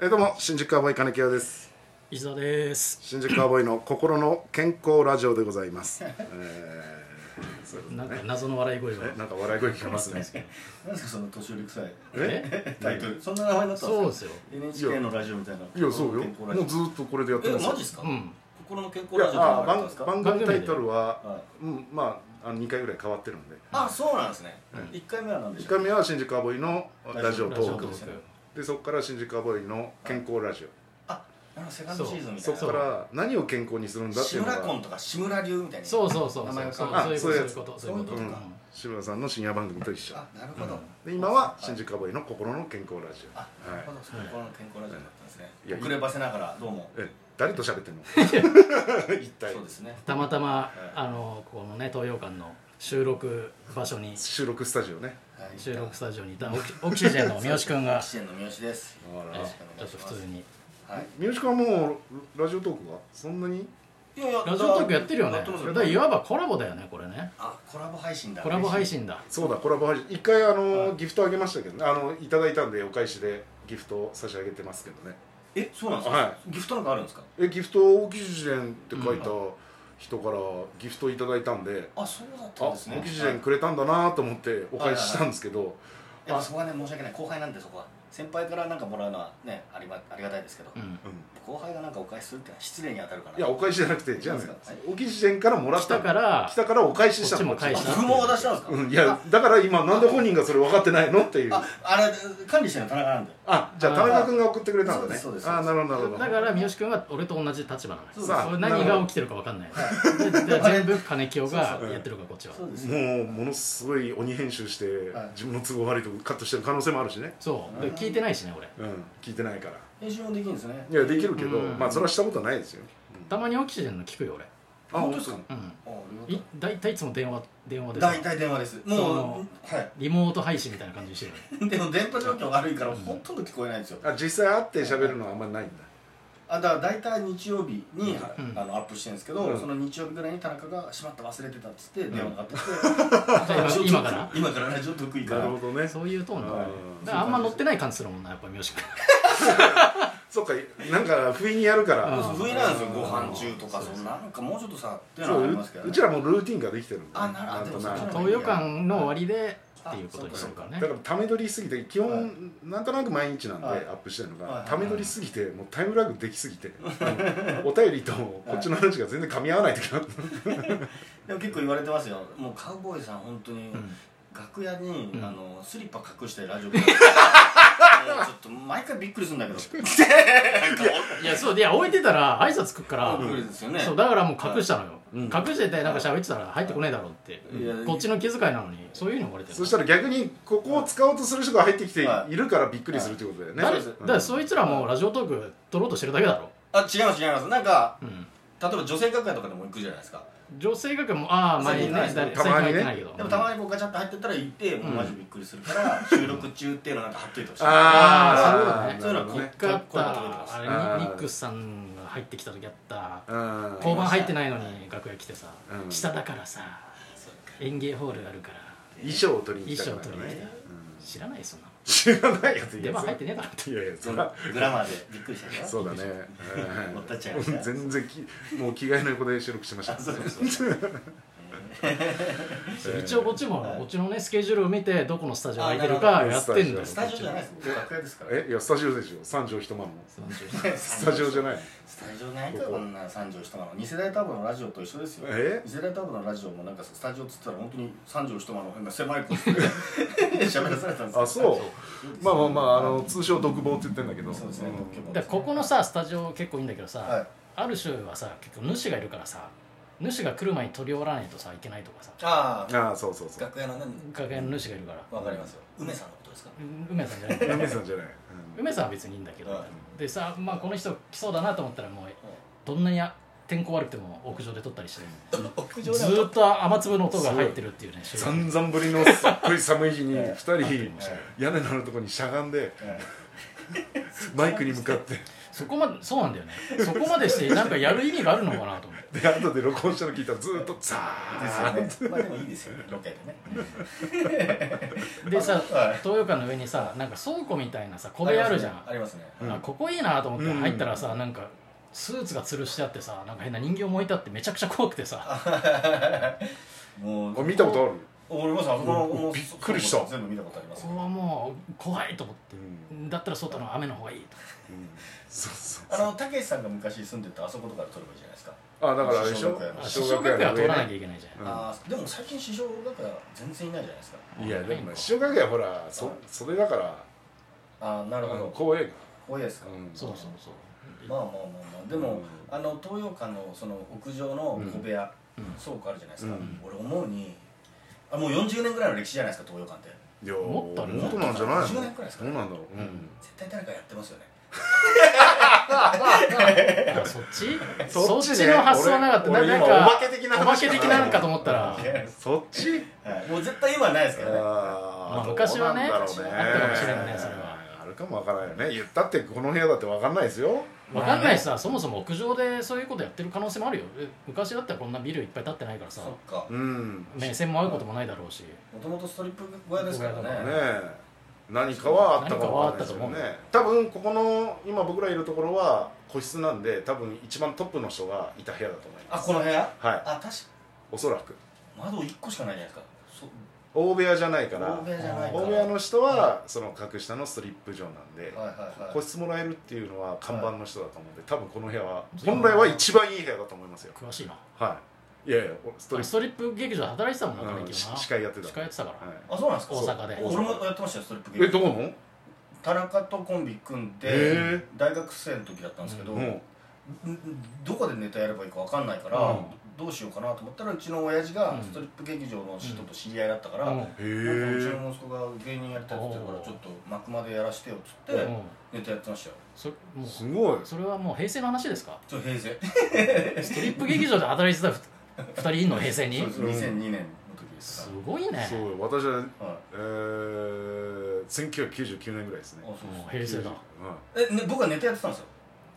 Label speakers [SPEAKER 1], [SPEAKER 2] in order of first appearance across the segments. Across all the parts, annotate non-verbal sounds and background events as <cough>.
[SPEAKER 1] えーどうも新宿カーボーイ金城です
[SPEAKER 2] 伊沢です
[SPEAKER 1] 新宿カーボーイの心の健康ラジオでございます、えーそういうこと
[SPEAKER 2] なん
[SPEAKER 1] ね
[SPEAKER 2] か謎の笑い声が
[SPEAKER 1] えなんか笑い声聞こえます <laughs> ね
[SPEAKER 3] なんですかその年寄り臭い
[SPEAKER 1] え
[SPEAKER 3] タイトルそんな名前だったん
[SPEAKER 2] そう
[SPEAKER 3] で
[SPEAKER 2] ですす
[SPEAKER 3] か
[SPEAKER 2] よ
[SPEAKER 3] NHK のラジオみたいない
[SPEAKER 1] やそうよ
[SPEAKER 3] 健康ラジ
[SPEAKER 1] も
[SPEAKER 3] オ
[SPEAKER 1] うずーっとこれでやって
[SPEAKER 3] え
[SPEAKER 1] ますよ
[SPEAKER 3] マジですか
[SPEAKER 2] うん
[SPEAKER 3] 心の健
[SPEAKER 1] い
[SPEAKER 3] 康ラ
[SPEAKER 1] や
[SPEAKER 3] ジオ
[SPEAKER 1] あー
[SPEAKER 3] って名前だったんです
[SPEAKER 1] 番
[SPEAKER 3] か
[SPEAKER 1] 番組タイトル
[SPEAKER 3] は
[SPEAKER 1] は、うん、まああの2回ぐらい変わってるんで
[SPEAKER 3] あそうなんですね一回目は何でし
[SPEAKER 1] 1
[SPEAKER 3] た
[SPEAKER 1] 回目は新宿アボイのラジオ
[SPEAKER 2] ラジ
[SPEAKER 1] ト
[SPEAKER 2] オ
[SPEAKER 1] ー
[SPEAKER 2] ト
[SPEAKER 1] ク
[SPEAKER 2] ーク
[SPEAKER 1] でそこから新宿アボイの健康ラジオ
[SPEAKER 3] あなんかセカンドシーズンみた
[SPEAKER 1] そ
[SPEAKER 3] い
[SPEAKER 1] こから何を健康にするんだ
[SPEAKER 3] な
[SPEAKER 1] ってい
[SPEAKER 3] 志
[SPEAKER 1] うの
[SPEAKER 3] 村
[SPEAKER 1] が
[SPEAKER 3] 婚とか志村流みたいな
[SPEAKER 2] そうそうそう
[SPEAKER 3] 名
[SPEAKER 2] そ
[SPEAKER 3] 前
[SPEAKER 2] う
[SPEAKER 3] が
[SPEAKER 2] そう
[SPEAKER 1] あ
[SPEAKER 2] そういう
[SPEAKER 1] そ
[SPEAKER 2] こと
[SPEAKER 3] う
[SPEAKER 2] そう
[SPEAKER 3] い
[SPEAKER 2] いうう
[SPEAKER 3] こ
[SPEAKER 2] ことと
[SPEAKER 3] か
[SPEAKER 2] うん
[SPEAKER 1] 志村さんの深夜番組と一緒
[SPEAKER 3] あなるほど
[SPEAKER 1] で今は新
[SPEAKER 3] 宿
[SPEAKER 1] 宿アボイの心の健康ラジ
[SPEAKER 3] あ
[SPEAKER 1] オ
[SPEAKER 3] な
[SPEAKER 1] は
[SPEAKER 3] る
[SPEAKER 1] い
[SPEAKER 3] ほどそう心の健康ラジオだったんですね
[SPEAKER 1] いや
[SPEAKER 3] 遅ればせながらどうも
[SPEAKER 1] え誰と喋ってんの <laughs> 一体
[SPEAKER 3] そうですね
[SPEAKER 2] たまたまあのこのね東洋館の収録場所に
[SPEAKER 1] 収録スタジオね
[SPEAKER 3] はい
[SPEAKER 2] 収録スタジオにいたオキオキシジェンの三好君が
[SPEAKER 3] オキシエンの三好です
[SPEAKER 1] あら
[SPEAKER 2] え
[SPEAKER 3] よろしくお
[SPEAKER 2] ちょっと
[SPEAKER 3] 願いしま
[SPEAKER 2] 普
[SPEAKER 3] す
[SPEAKER 2] 通に
[SPEAKER 3] はい
[SPEAKER 1] 三好君はもうラジオトークはそんなに
[SPEAKER 3] いやいや
[SPEAKER 2] ラジオトークやってるよね
[SPEAKER 3] やってます
[SPEAKER 2] だからいわばコラボだよねこれね
[SPEAKER 3] あコラボ配信だ
[SPEAKER 2] コラボ配信だ
[SPEAKER 1] そうだコラボ配信一回あのギフトあげましたけどねあのいただいたんでお返しでギフトを差し上げてますけどね
[SPEAKER 3] えそうなんですか、
[SPEAKER 1] は
[SPEAKER 3] ギフトなんかあるんですか
[SPEAKER 1] えギフトを「オキシジェン」って書いた人からギフトいただいたんで、
[SPEAKER 3] あそうだっ
[SPEAKER 1] あ
[SPEAKER 3] たん
[SPEAKER 1] オ
[SPEAKER 3] ですね
[SPEAKER 1] キシジェンくれたんだなと思ってお返ししたんですけど、
[SPEAKER 3] いやそこはね申し訳ない後輩なんでそこは先輩からなんかもらうのはねあり,、まありがたいですけど、
[SPEAKER 2] うん
[SPEAKER 3] 後輩がなんかお返しするってのは失礼に当たるから
[SPEAKER 1] いやお返しじゃなくてじゃあね
[SPEAKER 3] そうですか
[SPEAKER 1] オキシジェンからもらっ
[SPEAKER 2] 来
[SPEAKER 1] た
[SPEAKER 2] た
[SPEAKER 1] の
[SPEAKER 2] から
[SPEAKER 1] 来たからお返ししたの
[SPEAKER 2] こっちも返
[SPEAKER 3] あ
[SPEAKER 2] した
[SPEAKER 3] 僕も渡したん <laughs> ですか、
[SPEAKER 1] うんいやだから今なんで本人がそれ分かってないのっていう
[SPEAKER 3] ああれ管理してるの田中なんで
[SPEAKER 1] あじゃあ田中君が送ってくれたんだね
[SPEAKER 3] そうですそうです
[SPEAKER 1] あなるほどなるほど
[SPEAKER 2] だから三好君は俺と同じ立場なのよ
[SPEAKER 3] そう
[SPEAKER 1] です
[SPEAKER 2] それ何
[SPEAKER 1] なるほ
[SPEAKER 2] が
[SPEAKER 1] ど
[SPEAKER 2] 起きてるか分かんないでで全部金清がやってるからこっちは
[SPEAKER 3] そうですよ
[SPEAKER 1] もうものすごい鬼編集して
[SPEAKER 3] はい
[SPEAKER 1] 自分の都合悪いとこカットしてる可能性もあるしね
[SPEAKER 2] そうで聞いてないしね俺
[SPEAKER 1] うん聞いてないから
[SPEAKER 3] 編集もできるんですね
[SPEAKER 1] いやできるけど
[SPEAKER 2] うん
[SPEAKER 1] まあそれはしたことはないですよ
[SPEAKER 2] たまにオキシジェンの聞くよ俺
[SPEAKER 1] あ
[SPEAKER 3] 本当ですか
[SPEAKER 2] うん
[SPEAKER 3] あ
[SPEAKER 2] い大体いつも電話電話でさ
[SPEAKER 3] 大体電話です
[SPEAKER 2] そ
[SPEAKER 3] も
[SPEAKER 2] の
[SPEAKER 3] うは
[SPEAKER 2] リモート配信みたいな感じにしてるよね
[SPEAKER 3] い <laughs> でも電波状況悪いからほとんど聞こえないんですよ
[SPEAKER 1] あ実際会って喋るのはあんまりないんだ
[SPEAKER 3] あだから大体日曜日に、あのアップしてるんですけど、
[SPEAKER 1] うん
[SPEAKER 3] その日曜日ぐらいに田中が「しまった忘れてた」っつって電話がかかって
[SPEAKER 2] うん
[SPEAKER 3] きて
[SPEAKER 2] 今から
[SPEAKER 3] 今からラジオ得意か
[SPEAKER 1] な
[SPEAKER 3] ら
[SPEAKER 1] るほどね
[SPEAKER 2] そういうトーンだ,、
[SPEAKER 1] はい
[SPEAKER 2] だからあんま乗ってない感じするもんなやっぱ三好君
[SPEAKER 1] そっかなんか不意にやるから
[SPEAKER 2] うん
[SPEAKER 3] 不意なんですよご飯中とかそのなんかもうちょっとさっていうの
[SPEAKER 1] そ
[SPEAKER 3] はあ
[SPEAKER 1] う
[SPEAKER 3] り
[SPEAKER 1] う
[SPEAKER 3] ますけど、ね、
[SPEAKER 1] うちらもルーティンができてるんだ
[SPEAKER 3] あ
[SPEAKER 1] ね
[SPEAKER 3] なる
[SPEAKER 1] なんと
[SPEAKER 3] あ
[SPEAKER 1] な
[SPEAKER 3] でも
[SPEAKER 1] く
[SPEAKER 3] そ
[SPEAKER 2] 東洋館の終わりでっていうことにしてるから
[SPEAKER 1] だ
[SPEAKER 2] ね
[SPEAKER 1] からため撮りしすぎて基
[SPEAKER 3] はい
[SPEAKER 1] 本なんとなく毎日なんでア
[SPEAKER 3] はい
[SPEAKER 1] ップしてるの
[SPEAKER 3] は
[SPEAKER 1] が
[SPEAKER 3] い
[SPEAKER 1] ため撮りしすぎてもうタイムラグできすぎてあのお便りとこっちの話が全然噛み合わない時があって
[SPEAKER 3] でも結構言われてますよもうカウボーイさん本当に、
[SPEAKER 2] うん
[SPEAKER 3] 楽屋に、
[SPEAKER 2] うん
[SPEAKER 3] あのスリッパ隠してラジオ <laughs> もうちょっと毎回びっくりするんだ
[SPEAKER 1] <laughs>
[SPEAKER 3] けど
[SPEAKER 2] いやそうでいや置いてたら挨拶くっから、
[SPEAKER 3] びっくりですよね
[SPEAKER 2] そうだからもう隠したのよ、
[SPEAKER 1] うん
[SPEAKER 2] 隠しててなんか喋ってたら入ってこねえだろうって、
[SPEAKER 3] いや
[SPEAKER 2] こっちの気遣いなのにそういうの言われてる
[SPEAKER 1] そしたら逆にここを使おうとする人が入ってきて
[SPEAKER 3] はい
[SPEAKER 1] いるからびっくりするってことだよね、
[SPEAKER 2] 誰だ
[SPEAKER 3] そうです
[SPEAKER 2] からそいつらもラジオトーク撮ろうとしてるだけだろ、
[SPEAKER 3] あ違います違いますなんか
[SPEAKER 2] うん、
[SPEAKER 3] 例えば女性楽屋とかでも行くじゃないですか
[SPEAKER 2] 女性学もああまあね
[SPEAKER 3] 最近ない
[SPEAKER 2] 誰
[SPEAKER 1] たまにね
[SPEAKER 2] 最近入ってないけど
[SPEAKER 3] でもたまにこうガチャッと入ってったら行ってもうマジびっくりするから、収録中っていうのなんかはっきりとして
[SPEAKER 1] あー
[SPEAKER 2] あー
[SPEAKER 3] そういう
[SPEAKER 1] な
[SPEAKER 3] のは
[SPEAKER 1] る
[SPEAKER 3] こ
[SPEAKER 1] ほどね
[SPEAKER 2] 一回あっ
[SPEAKER 3] 声が届いてます
[SPEAKER 2] たあれ
[SPEAKER 1] あー
[SPEAKER 2] ニニックスさんが入ってきた時あった
[SPEAKER 1] うん
[SPEAKER 2] 交番入ってないのに楽屋来てさ、
[SPEAKER 1] うん
[SPEAKER 2] 下だからさ園芸ホールあるから
[SPEAKER 1] 衣装を取りに
[SPEAKER 2] 衣
[SPEAKER 1] 行きた
[SPEAKER 2] 装
[SPEAKER 1] くな
[SPEAKER 2] 取
[SPEAKER 1] る
[SPEAKER 2] りに来
[SPEAKER 1] ね
[SPEAKER 2] た、知らないよそんなの
[SPEAKER 1] 知らないやつい
[SPEAKER 2] 出
[SPEAKER 1] や
[SPEAKER 2] 番
[SPEAKER 1] そ
[SPEAKER 2] 入ってねえだろって
[SPEAKER 1] いやいやそ
[SPEAKER 3] そ
[SPEAKER 1] ん
[SPEAKER 3] の
[SPEAKER 1] な
[SPEAKER 3] グラマーでびっくりしたから
[SPEAKER 1] そうだね
[SPEAKER 3] <laughs> 持ったっちゃいま
[SPEAKER 1] う
[SPEAKER 3] し
[SPEAKER 1] ん
[SPEAKER 3] た
[SPEAKER 1] 全然きもう着替えの横で収録してました
[SPEAKER 3] あそうそうそう
[SPEAKER 1] えー
[SPEAKER 2] 一応こっちも
[SPEAKER 3] はい
[SPEAKER 2] こっちのねスケジュールを見てどこのスタジオ空いてる
[SPEAKER 3] あ
[SPEAKER 2] か
[SPEAKER 1] なるほ
[SPEAKER 2] やっ
[SPEAKER 1] ど
[SPEAKER 2] てんだよ
[SPEAKER 3] スタジオじゃないですよ楽屋ですから
[SPEAKER 1] えいやスタジオでしょ三畳一間のス
[SPEAKER 3] ス
[SPEAKER 1] タジオじゃ
[SPEAKER 3] ない
[SPEAKER 1] ない
[SPEAKER 3] スタジオないかこんな三畳一間の二世代タブのラジオと一緒ですよ
[SPEAKER 1] え
[SPEAKER 3] 二世代タブのラジオもなんかスタジオっつったら本当に三畳一間の変な狭いコー
[SPEAKER 1] <laughs>
[SPEAKER 3] スで喋らされたんですよ
[SPEAKER 1] あそうまあまあまああの通称独房って言ってんだけど
[SPEAKER 3] そうですね
[SPEAKER 1] ん
[SPEAKER 2] だからここのさスタジオ結構いいんだけどさ、
[SPEAKER 3] はい
[SPEAKER 2] ある種はさ結構主がいるからさ主が来る前に取り終わらないとさいけないとかさ
[SPEAKER 3] ああ
[SPEAKER 1] ああそうそう
[SPEAKER 3] <laughs>
[SPEAKER 1] そう
[SPEAKER 3] 楽屋の何
[SPEAKER 2] 楽屋の主がいるから
[SPEAKER 3] わかりますよ梅さんのことですか
[SPEAKER 2] うん梅さんじゃない
[SPEAKER 1] 梅さんじゃない
[SPEAKER 2] 梅さんは別にいいんだけど、
[SPEAKER 3] は
[SPEAKER 2] でさまあこの人来そうだなと思ったらもうどんなに天候悪くても屋上で撮ったりして
[SPEAKER 3] 屋
[SPEAKER 2] ずーっと雨粒の音が入ってるっていうね収録
[SPEAKER 1] 散々ぶりのすっごい寒い日に
[SPEAKER 3] ええ
[SPEAKER 1] 二人屋根のあるとこにしゃがんでマイクに向かって
[SPEAKER 2] そこまでそうなんだよねそこまでしてなんかやる意味があるのかなと思って
[SPEAKER 1] で後で録音したの聞いたらずーっとザ
[SPEAKER 3] で
[SPEAKER 1] ー
[SPEAKER 3] す
[SPEAKER 1] ン
[SPEAKER 3] よねまあでもいいですよロケでね
[SPEAKER 2] でさ
[SPEAKER 3] はい
[SPEAKER 2] 東洋館の上にさなんか倉庫みたいなさ小部屋あるじゃん
[SPEAKER 3] ありますねあり
[SPEAKER 1] うん
[SPEAKER 3] ますね
[SPEAKER 2] あここいいなと思って
[SPEAKER 1] うん
[SPEAKER 2] 入ったらさ、なんかスーツが吊るしてあってさなんか変な人形燃えたってめちゃくちゃ怖くてさ
[SPEAKER 3] <laughs> も
[SPEAKER 1] あ見たことある、
[SPEAKER 3] 俺もさあそこの
[SPEAKER 1] うん
[SPEAKER 3] もう
[SPEAKER 1] びっくりした
[SPEAKER 3] 全部見たことあります
[SPEAKER 2] これはもう怖いと思っ
[SPEAKER 1] うん
[SPEAKER 2] てだったら外の雨の方がいいと
[SPEAKER 1] そうそう
[SPEAKER 3] あのたけしさんが昔住んでたあそことから撮ればいいじゃないですか
[SPEAKER 1] あだからあれでしょ
[SPEAKER 2] あ
[SPEAKER 1] 小
[SPEAKER 2] 小
[SPEAKER 1] 学園
[SPEAKER 2] 学園
[SPEAKER 1] の
[SPEAKER 2] は通
[SPEAKER 1] 上
[SPEAKER 2] らなき
[SPEAKER 1] ね
[SPEAKER 2] ゃいけないじゃん
[SPEAKER 1] うん
[SPEAKER 3] あーでも最近師匠だから全然いないじゃないですか
[SPEAKER 1] いやでもね
[SPEAKER 2] うん
[SPEAKER 1] 小学園はほらそそれだから
[SPEAKER 3] ああな
[SPEAKER 1] あ
[SPEAKER 3] るほ
[SPEAKER 1] の
[SPEAKER 3] ど
[SPEAKER 1] 公園
[SPEAKER 3] 多いですか
[SPEAKER 1] うん
[SPEAKER 2] そうそうそう
[SPEAKER 3] まあまあまあまあでも、
[SPEAKER 1] うん
[SPEAKER 3] あの東洋館のその屋上の小部屋、
[SPEAKER 2] うん
[SPEAKER 3] 倉庫あるじゃないですか、
[SPEAKER 1] うん
[SPEAKER 3] 俺思うにあもう40年ぐらいの歴史じゃないですか東洋館って
[SPEAKER 1] いや
[SPEAKER 2] もっとある
[SPEAKER 1] もっとなんじゃないの
[SPEAKER 3] 10年くらいですか
[SPEAKER 1] どうなんだろうう
[SPEAKER 2] うんん
[SPEAKER 3] 絶対誰かやってますよね
[SPEAKER 2] あそっち
[SPEAKER 1] そ
[SPEAKER 2] そ
[SPEAKER 1] っ
[SPEAKER 2] っ
[SPEAKER 1] ち
[SPEAKER 2] ち,、
[SPEAKER 1] ね
[SPEAKER 2] の発想なかったな
[SPEAKER 1] 俺
[SPEAKER 2] なん
[SPEAKER 1] 俺今
[SPEAKER 2] か
[SPEAKER 1] お化け的な話
[SPEAKER 2] お化け的なのかと思ったら
[SPEAKER 1] <laughs> そっち
[SPEAKER 3] はい、もう絶対今はないですけどね
[SPEAKER 1] あー
[SPEAKER 2] まあ昔はね
[SPEAKER 1] どうなんだろうね
[SPEAKER 2] あったかもしれんねそれは
[SPEAKER 1] あるかもわからないよね言ったってこの部屋だってわかんないですよ
[SPEAKER 2] わかんないしさそもそも屋上でそういうことやってる可能性もあるよえ昔だったらこんなビルいっぱい建ってないから
[SPEAKER 3] そ
[SPEAKER 2] さ
[SPEAKER 3] っか
[SPEAKER 1] うん
[SPEAKER 2] 目線も合うこともないだろうし
[SPEAKER 3] もともとストリップ小屋ですからね
[SPEAKER 2] 小屋だ
[SPEAKER 1] ねえ何かはあったかもわかんないですよ
[SPEAKER 2] 何か
[SPEAKER 1] ね多分ここの今僕らいるところは個室なんで多分一番トップの人がいた部屋だと思いま
[SPEAKER 3] あ
[SPEAKER 1] す
[SPEAKER 3] この部屋
[SPEAKER 1] はい
[SPEAKER 3] あ確か
[SPEAKER 1] おそらく
[SPEAKER 3] 窓1個しかないじゃないですかそう
[SPEAKER 1] 大部屋じゃないから
[SPEAKER 3] 大部屋じゃないから
[SPEAKER 1] 大部屋の人はその格下のストリップ場なんで
[SPEAKER 3] はいはいはい
[SPEAKER 1] 個室もらえるっていうのは看板の人だと思うんで多分この部屋は本来は一番いい部屋だと思いますよ
[SPEAKER 2] 詳しいな
[SPEAKER 1] はいいやいやス
[SPEAKER 2] ス
[SPEAKER 1] ト
[SPEAKER 2] ト
[SPEAKER 1] リ
[SPEAKER 2] リ
[SPEAKER 1] ッ
[SPEAKER 2] ップ劇場で働いてたもんな、
[SPEAKER 1] プ
[SPEAKER 2] う、
[SPEAKER 1] うんん
[SPEAKER 2] 司
[SPEAKER 1] し司
[SPEAKER 2] 会
[SPEAKER 1] 会やってた
[SPEAKER 2] やってたから、
[SPEAKER 1] はい
[SPEAKER 3] あそうなんですか
[SPEAKER 2] 大阪で
[SPEAKER 3] そう俺もやってましたよストリップ
[SPEAKER 1] えどうの
[SPEAKER 3] 田中とコンビ組ん
[SPEAKER 1] へ
[SPEAKER 3] で
[SPEAKER 1] え
[SPEAKER 3] 大学生の時だったんですけど、
[SPEAKER 1] うん
[SPEAKER 3] んんどこでネタやればいいか分かんないから、
[SPEAKER 2] うん
[SPEAKER 3] どうしようかなと思ったらうちの親父が
[SPEAKER 2] うん
[SPEAKER 3] ストリップ劇場の人と知り合いだったから、
[SPEAKER 2] う
[SPEAKER 3] なんんか
[SPEAKER 1] へ
[SPEAKER 3] うち
[SPEAKER 1] え
[SPEAKER 3] の息子が芸人やりたいって言ってるから
[SPEAKER 2] おー
[SPEAKER 3] ちょっと幕までやらしてよっつっ
[SPEAKER 2] う
[SPEAKER 3] て
[SPEAKER 2] ん、
[SPEAKER 3] ネタやってましたよ
[SPEAKER 2] そもう
[SPEAKER 1] すごい
[SPEAKER 2] それはもう平成の話ですか
[SPEAKER 3] ちょっと平成
[SPEAKER 2] ストリップ劇場で働いてた2人いんの平成に
[SPEAKER 3] そうです2002年の時です
[SPEAKER 2] す
[SPEAKER 3] か
[SPEAKER 2] ごいね
[SPEAKER 1] そう私は
[SPEAKER 3] ら、はい
[SPEAKER 1] えー、1999年ぐらいですね
[SPEAKER 3] あそう
[SPEAKER 2] もう
[SPEAKER 3] そう
[SPEAKER 2] 平成だ
[SPEAKER 3] えね僕はネタやってたんですよ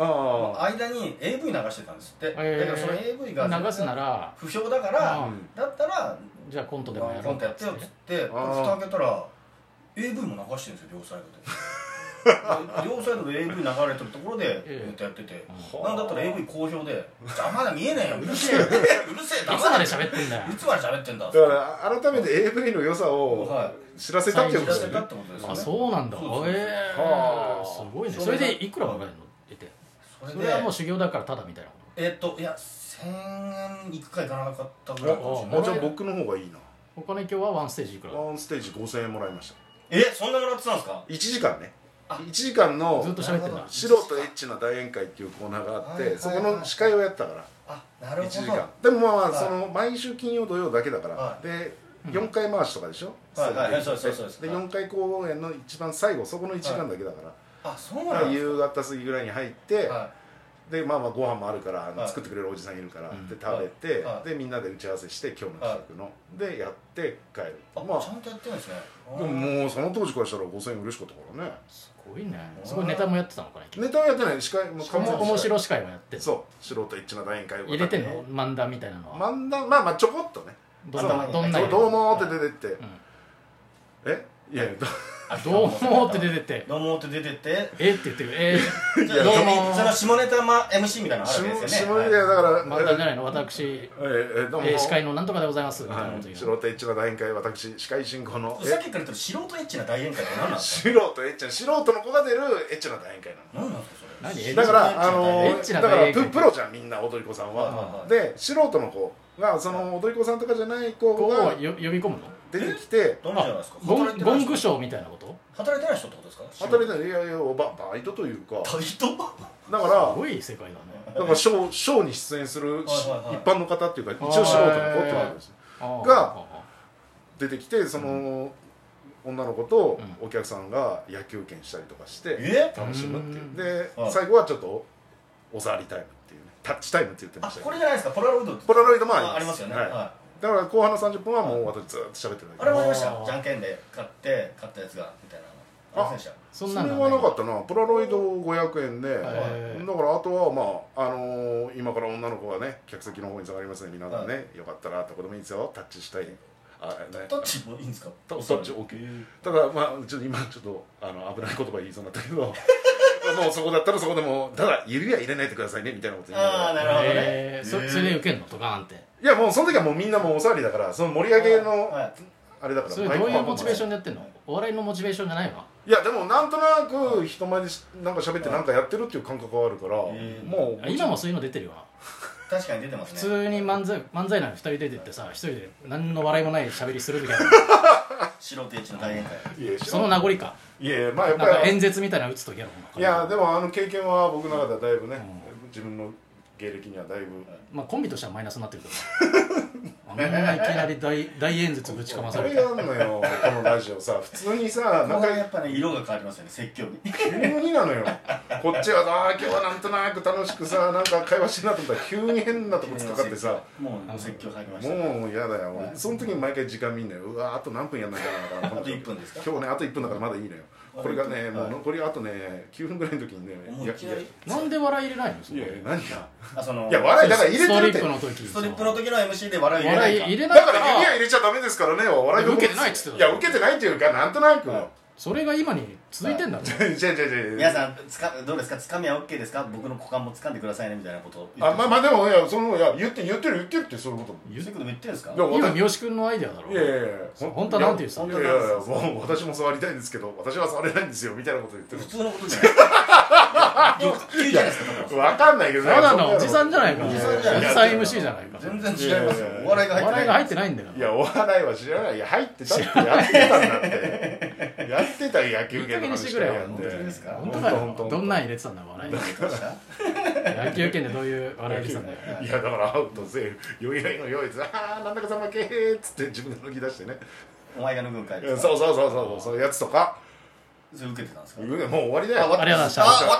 [SPEAKER 1] ああ
[SPEAKER 3] 間に AV 流してたんですって、
[SPEAKER 2] えー
[SPEAKER 3] だからその AV が
[SPEAKER 2] 流すなら
[SPEAKER 3] 不評だから、
[SPEAKER 2] あ
[SPEAKER 1] うん
[SPEAKER 3] だったら
[SPEAKER 2] じゃあコントでもや
[SPEAKER 3] コ
[SPEAKER 2] ろう
[SPEAKER 3] ントやってよっつって
[SPEAKER 1] ん
[SPEAKER 3] 蓋開けたら AV も流してるんですよ両サイドで両サイドで AV 流れてるところで
[SPEAKER 2] ええ
[SPEAKER 3] ネタやってて
[SPEAKER 1] はあ
[SPEAKER 3] なんだったら AV 好評で「邪魔だ見えねえようるせえようるせ
[SPEAKER 2] い
[SPEAKER 3] え
[SPEAKER 2] つま
[SPEAKER 3] 黙
[SPEAKER 2] で
[SPEAKER 3] れ
[SPEAKER 2] 喋ってんだよ
[SPEAKER 3] いつまで喋ってんだ」
[SPEAKER 1] だから改めて AV の良さを
[SPEAKER 3] は
[SPEAKER 1] 知らせたっていうことです
[SPEAKER 3] 知ら
[SPEAKER 1] よ
[SPEAKER 3] せ
[SPEAKER 1] ね
[SPEAKER 3] たってことですよね
[SPEAKER 2] あそうなんだ
[SPEAKER 3] そうそうそう
[SPEAKER 2] ええ
[SPEAKER 1] はあ
[SPEAKER 2] すごいね
[SPEAKER 3] そ
[SPEAKER 2] そ
[SPEAKER 3] れ
[SPEAKER 2] れ
[SPEAKER 3] が
[SPEAKER 2] でいくらもらえるの出て
[SPEAKER 3] それ
[SPEAKER 2] そ
[SPEAKER 3] で
[SPEAKER 2] れはもう修行だからただみたいなこ
[SPEAKER 3] えっといや1000円いくかいかなかったぐらいかもしれない
[SPEAKER 1] あじゃあ僕の方がいいな
[SPEAKER 2] とお金今日はワンステージいくら
[SPEAKER 1] ワンステージ5000円もらいました
[SPEAKER 3] えそんなもらってたんですか
[SPEAKER 1] 1時間ね
[SPEAKER 3] あ
[SPEAKER 1] 1時間の
[SPEAKER 2] ずっと喋ってん
[SPEAKER 3] なる
[SPEAKER 2] だ
[SPEAKER 3] ほ
[SPEAKER 1] 素人エッチな大宴会っていうコーナーがあって、
[SPEAKER 3] はいはいはい
[SPEAKER 1] そこの司会をやったから
[SPEAKER 3] あなる
[SPEAKER 1] 1時
[SPEAKER 3] ほど
[SPEAKER 1] 間 <laughs> でもまあ、
[SPEAKER 3] はい
[SPEAKER 1] その毎週金曜土曜だけだから、
[SPEAKER 3] はい
[SPEAKER 1] で4回回しとかでしょ、
[SPEAKER 3] はいはいはい
[SPEAKER 1] それで
[SPEAKER 3] そうそうそう
[SPEAKER 1] で4回公演の一番最後そこの1時間だけだから,、
[SPEAKER 3] あそうなんです
[SPEAKER 1] 夕方過ぎぐらいに入って、
[SPEAKER 3] かは
[SPEAKER 1] でまあまあご飯もあるからあの
[SPEAKER 3] はい
[SPEAKER 1] 作ってくれるおじさんいるから、
[SPEAKER 2] うん
[SPEAKER 1] で食べて、
[SPEAKER 3] はいはい
[SPEAKER 1] でみんなで打ち合わせして今日の企画の、でやって帰る
[SPEAKER 3] いあ
[SPEAKER 1] ま
[SPEAKER 3] ちゃ
[SPEAKER 1] あ
[SPEAKER 3] んとやってるんですね
[SPEAKER 1] でももうその当時からしたら5000円嬉しかったからね
[SPEAKER 2] すごいねすごいネタもやってたのかね
[SPEAKER 1] ネタはやってない司会もう
[SPEAKER 2] お
[SPEAKER 1] 完全に
[SPEAKER 2] も面白司会はやってんの
[SPEAKER 1] そう素人エッチな大宴会を
[SPEAKER 2] 入れてんの漫談みたいなのは
[SPEAKER 1] 漫談まあまあちょこっとね
[SPEAKER 2] どん
[SPEAKER 1] そ
[SPEAKER 2] な
[SPEAKER 1] う
[SPEAKER 2] どん
[SPEAKER 1] そ
[SPEAKER 2] なや
[SPEAKER 1] う
[SPEAKER 2] つ
[SPEAKER 1] どうもーって出てって、
[SPEAKER 2] うん
[SPEAKER 1] えいやど
[SPEAKER 3] あ
[SPEAKER 2] どうもーって出てって
[SPEAKER 3] どうもーって出てって
[SPEAKER 2] えって言ってるえー
[SPEAKER 3] じゃあ
[SPEAKER 2] どうも
[SPEAKER 3] その下ネタま MC みたいなのある
[SPEAKER 1] 下
[SPEAKER 3] わけですよ
[SPEAKER 1] 下
[SPEAKER 3] ね
[SPEAKER 1] ネタだから、
[SPEAKER 2] 漫談じゃないの私
[SPEAKER 1] えーえーどうも
[SPEAKER 2] えー司会のなんとかでございますみたいな
[SPEAKER 1] は
[SPEAKER 2] こと
[SPEAKER 1] い
[SPEAKER 2] 言う
[SPEAKER 1] 素人エッチな大宴会私司会進行の
[SPEAKER 3] はいさっ
[SPEAKER 1] え
[SPEAKER 3] きから言ってる素人エッチな大宴会って何なんですか
[SPEAKER 1] 素人エッチな素人の子が出るエッチな大宴会なの
[SPEAKER 3] 何なんですかそれ
[SPEAKER 2] 何エッチ
[SPEAKER 1] だ
[SPEAKER 2] な
[SPEAKER 1] からあの
[SPEAKER 2] エ
[SPEAKER 1] ー
[SPEAKER 2] ッチな
[SPEAKER 1] だから
[SPEAKER 2] 大宴会
[SPEAKER 1] ププロじゃんみんな踊り子さん
[SPEAKER 3] はいはい
[SPEAKER 1] は
[SPEAKER 3] は、い
[SPEAKER 1] で素人の子がその踊り子さんとかじゃない子
[SPEAKER 2] こ
[SPEAKER 1] が
[SPEAKER 2] うよ呼び込むの
[SPEAKER 1] 出てきて
[SPEAKER 3] ダメじゃないですか
[SPEAKER 2] ゴ
[SPEAKER 3] 働い
[SPEAKER 2] ン
[SPEAKER 3] て
[SPEAKER 2] ゴ
[SPEAKER 3] ない
[SPEAKER 2] ン
[SPEAKER 3] 人
[SPEAKER 2] グショーみたいなこと
[SPEAKER 3] 働いてない人ってことですか
[SPEAKER 1] 働いてないいやいやババイトというか
[SPEAKER 3] いてない
[SPEAKER 1] だか
[SPEAKER 2] す
[SPEAKER 1] ら
[SPEAKER 2] ごい世界だね
[SPEAKER 1] だからショーショーに出演するし
[SPEAKER 3] はいはいはい
[SPEAKER 1] 一般の方っていうか一応素人の子ってことですね
[SPEAKER 2] あー
[SPEAKER 1] が
[SPEAKER 2] あ
[SPEAKER 1] 出てきてその女の子と
[SPEAKER 2] う
[SPEAKER 1] お客さんが野球券したりとかして
[SPEAKER 3] え
[SPEAKER 1] 楽しむっていううんで
[SPEAKER 3] はい
[SPEAKER 1] 最後はちょっとお触りタイムっていうねタッチタイムって言ってま
[SPEAKER 3] あ
[SPEAKER 1] したけ
[SPEAKER 3] こ
[SPEAKER 1] ど
[SPEAKER 3] れじゃないですかポラロイドって
[SPEAKER 1] ポラロイドもあります
[SPEAKER 3] ありますよね
[SPEAKER 1] はい
[SPEAKER 3] は
[SPEAKER 1] だから後半の30分はもう私ずっと喋ってる
[SPEAKER 3] い
[SPEAKER 1] だけ
[SPEAKER 3] あれもありまし
[SPEAKER 2] あ
[SPEAKER 3] た
[SPEAKER 2] ー
[SPEAKER 3] じゃんけんで買って買ったやつがみたいなありませんでした
[SPEAKER 2] そん
[SPEAKER 1] そ
[SPEAKER 2] な
[SPEAKER 1] れ
[SPEAKER 2] の
[SPEAKER 1] はなかったなプラロイド500円で、
[SPEAKER 2] はい
[SPEAKER 1] だからあとはまあ、あのー今から女の子がね客席の方に下がりますね皆さんね、よかったらどこでもいいですよタッチしたいあ、ね、
[SPEAKER 3] タッチもいいんですか
[SPEAKER 1] タッチタッチ OK ただまあちょっと今ちょっとあの危ない言葉言いそうにな
[SPEAKER 2] <laughs>
[SPEAKER 1] ったけどもうそこだったらそこでもただ指は入れないでくださいねみたいなこと言いながら
[SPEAKER 3] あーなるほどね
[SPEAKER 2] えーそそれで受けんのとかんって
[SPEAKER 1] いやもうその時はもうみんなもうお騒ぎだからその盛り上げの
[SPEAKER 3] はい
[SPEAKER 1] あれだから
[SPEAKER 2] それどういうモチベーショ
[SPEAKER 1] ン
[SPEAKER 2] ンでやってんのお笑いのモチベーションじゃないの
[SPEAKER 1] いやでもなんとなく人前でしなんか喋ってなんかやってるっていう感覚はあるから
[SPEAKER 3] え
[SPEAKER 1] もう
[SPEAKER 2] 今もそういうの出てるよな
[SPEAKER 3] 確かに出てますね
[SPEAKER 2] 普通に漫才漫才なんか2人出てってさ1人で何の笑いもない喋りするみた
[SPEAKER 1] <laughs>
[SPEAKER 2] いな
[SPEAKER 3] 白定地の大宴会
[SPEAKER 1] いや
[SPEAKER 2] その名残か
[SPEAKER 1] いやいやまあやっ
[SPEAKER 2] なんか
[SPEAKER 1] ぱり
[SPEAKER 2] 演説みたいなの打つときやろ
[SPEAKER 1] いやでもあの経験は僕の中ではだいぶね、自分の芸歴にはだいぶ
[SPEAKER 2] まあコンビとしてはマイナスになってるけどあんないきなり大 <laughs> 大演説ぶちかまさ
[SPEAKER 1] そ
[SPEAKER 2] れ
[SPEAKER 1] れ
[SPEAKER 2] て
[SPEAKER 1] があんのよこのラジオさ普通にさ
[SPEAKER 3] こ
[SPEAKER 1] なん
[SPEAKER 3] こ
[SPEAKER 1] か
[SPEAKER 3] がやっぱね色が変わりますよね説教に
[SPEAKER 1] 急になのよこっちはさ今日はなんとなく楽しくさなんか会話してんなと思ったら急に変なとこ突っかかってさ
[SPEAKER 3] もう説教入りました
[SPEAKER 1] もう嫌だよ、その時に毎回時間見んのようわあと何分やんなきゃならな
[SPEAKER 3] あと一分ですか
[SPEAKER 1] 今日ねあと1分だからまだいいのよこれがね
[SPEAKER 3] あ
[SPEAKER 1] もう
[SPEAKER 3] と一分はい
[SPEAKER 1] 残りあとね9分ぐらいの時にね
[SPEAKER 3] も
[SPEAKER 1] いう
[SPEAKER 3] い
[SPEAKER 1] や
[SPEAKER 3] きなり
[SPEAKER 2] なんで笑い入れないのそ
[SPEAKER 1] い
[SPEAKER 2] こ
[SPEAKER 1] やいや何が
[SPEAKER 3] あその
[SPEAKER 1] いや笑いだから入れてるっ
[SPEAKER 2] ストリッ
[SPEAKER 1] て
[SPEAKER 2] プの時
[SPEAKER 3] ストリップの時の MC で笑い入れな
[SPEAKER 2] 笑
[SPEAKER 3] い
[SPEAKER 2] い
[SPEAKER 3] か
[SPEAKER 2] 入れな
[SPEAKER 1] だ
[SPEAKER 2] い
[SPEAKER 1] か
[SPEAKER 2] から
[SPEAKER 1] 指は
[SPEAKER 2] ら
[SPEAKER 1] 入れちゃダメですからねお笑いどころ
[SPEAKER 2] 受けてないっつって
[SPEAKER 1] い
[SPEAKER 2] た
[SPEAKER 1] や受けてないっていうかなんとなく
[SPEAKER 3] は
[SPEAKER 2] それが今に続いてんだろ
[SPEAKER 1] 違う違う違う
[SPEAKER 3] 皆さんつかどうですか掴みは OK ですか僕の股間も掴んでくださいねみたいなことを言
[SPEAKER 1] あ
[SPEAKER 3] って
[SPEAKER 1] まあまあでもいやそのいや言って言ってる言ってるってそういうこ
[SPEAKER 3] 言ってくる言ってるんですか
[SPEAKER 1] といや
[SPEAKER 2] 今三好君のアイデアだろ
[SPEAKER 1] いやいやいや
[SPEAKER 2] 本当はなんて言ってた
[SPEAKER 1] いやいやいやもう私も触りたいんですけど私は触れないんですよみたいなこと言ってる
[SPEAKER 3] 普通のことじゃないよく言うじゃないですか多分
[SPEAKER 1] わかんないけど
[SPEAKER 2] ただのおじさんじゃないかお
[SPEAKER 1] い
[SPEAKER 2] じ
[SPEAKER 1] や
[SPEAKER 2] さん
[SPEAKER 1] いやいや
[SPEAKER 2] MC じゃないか
[SPEAKER 3] 全然違いますよ
[SPEAKER 1] いやいやいや
[SPEAKER 3] お笑いが入ってない
[SPEAKER 2] 笑いが入ってないんだよ
[SPEAKER 1] いやお笑いは知らないいや入ってたってやってたんだってやってたよ野球
[SPEAKER 2] いい加減
[SPEAKER 1] 芸の
[SPEAKER 2] に
[SPEAKER 1] 話
[SPEAKER 2] して
[SPEAKER 1] か
[SPEAKER 2] くれ
[SPEAKER 1] ら
[SPEAKER 2] よ
[SPEAKER 1] やん
[SPEAKER 3] 本当ですか
[SPEAKER 2] 本当
[SPEAKER 1] 本
[SPEAKER 2] だ
[SPEAKER 1] 当
[SPEAKER 2] よ
[SPEAKER 1] 本当
[SPEAKER 2] どんなん入れてたんだよ笑い
[SPEAKER 3] 入ってました
[SPEAKER 2] 野球圏でどういう笑い入れてたんだよ
[SPEAKER 1] いやだからアウトセーフよいよいのよいつああなんだかさ負けーっつって自分で抜き出してね
[SPEAKER 3] お前が脱ぐんかい
[SPEAKER 1] そうそうそうそうそうそういうやつとか
[SPEAKER 3] それ受けてたんですか
[SPEAKER 1] もう終わりだよ
[SPEAKER 2] ありがとうございました
[SPEAKER 3] あ終わった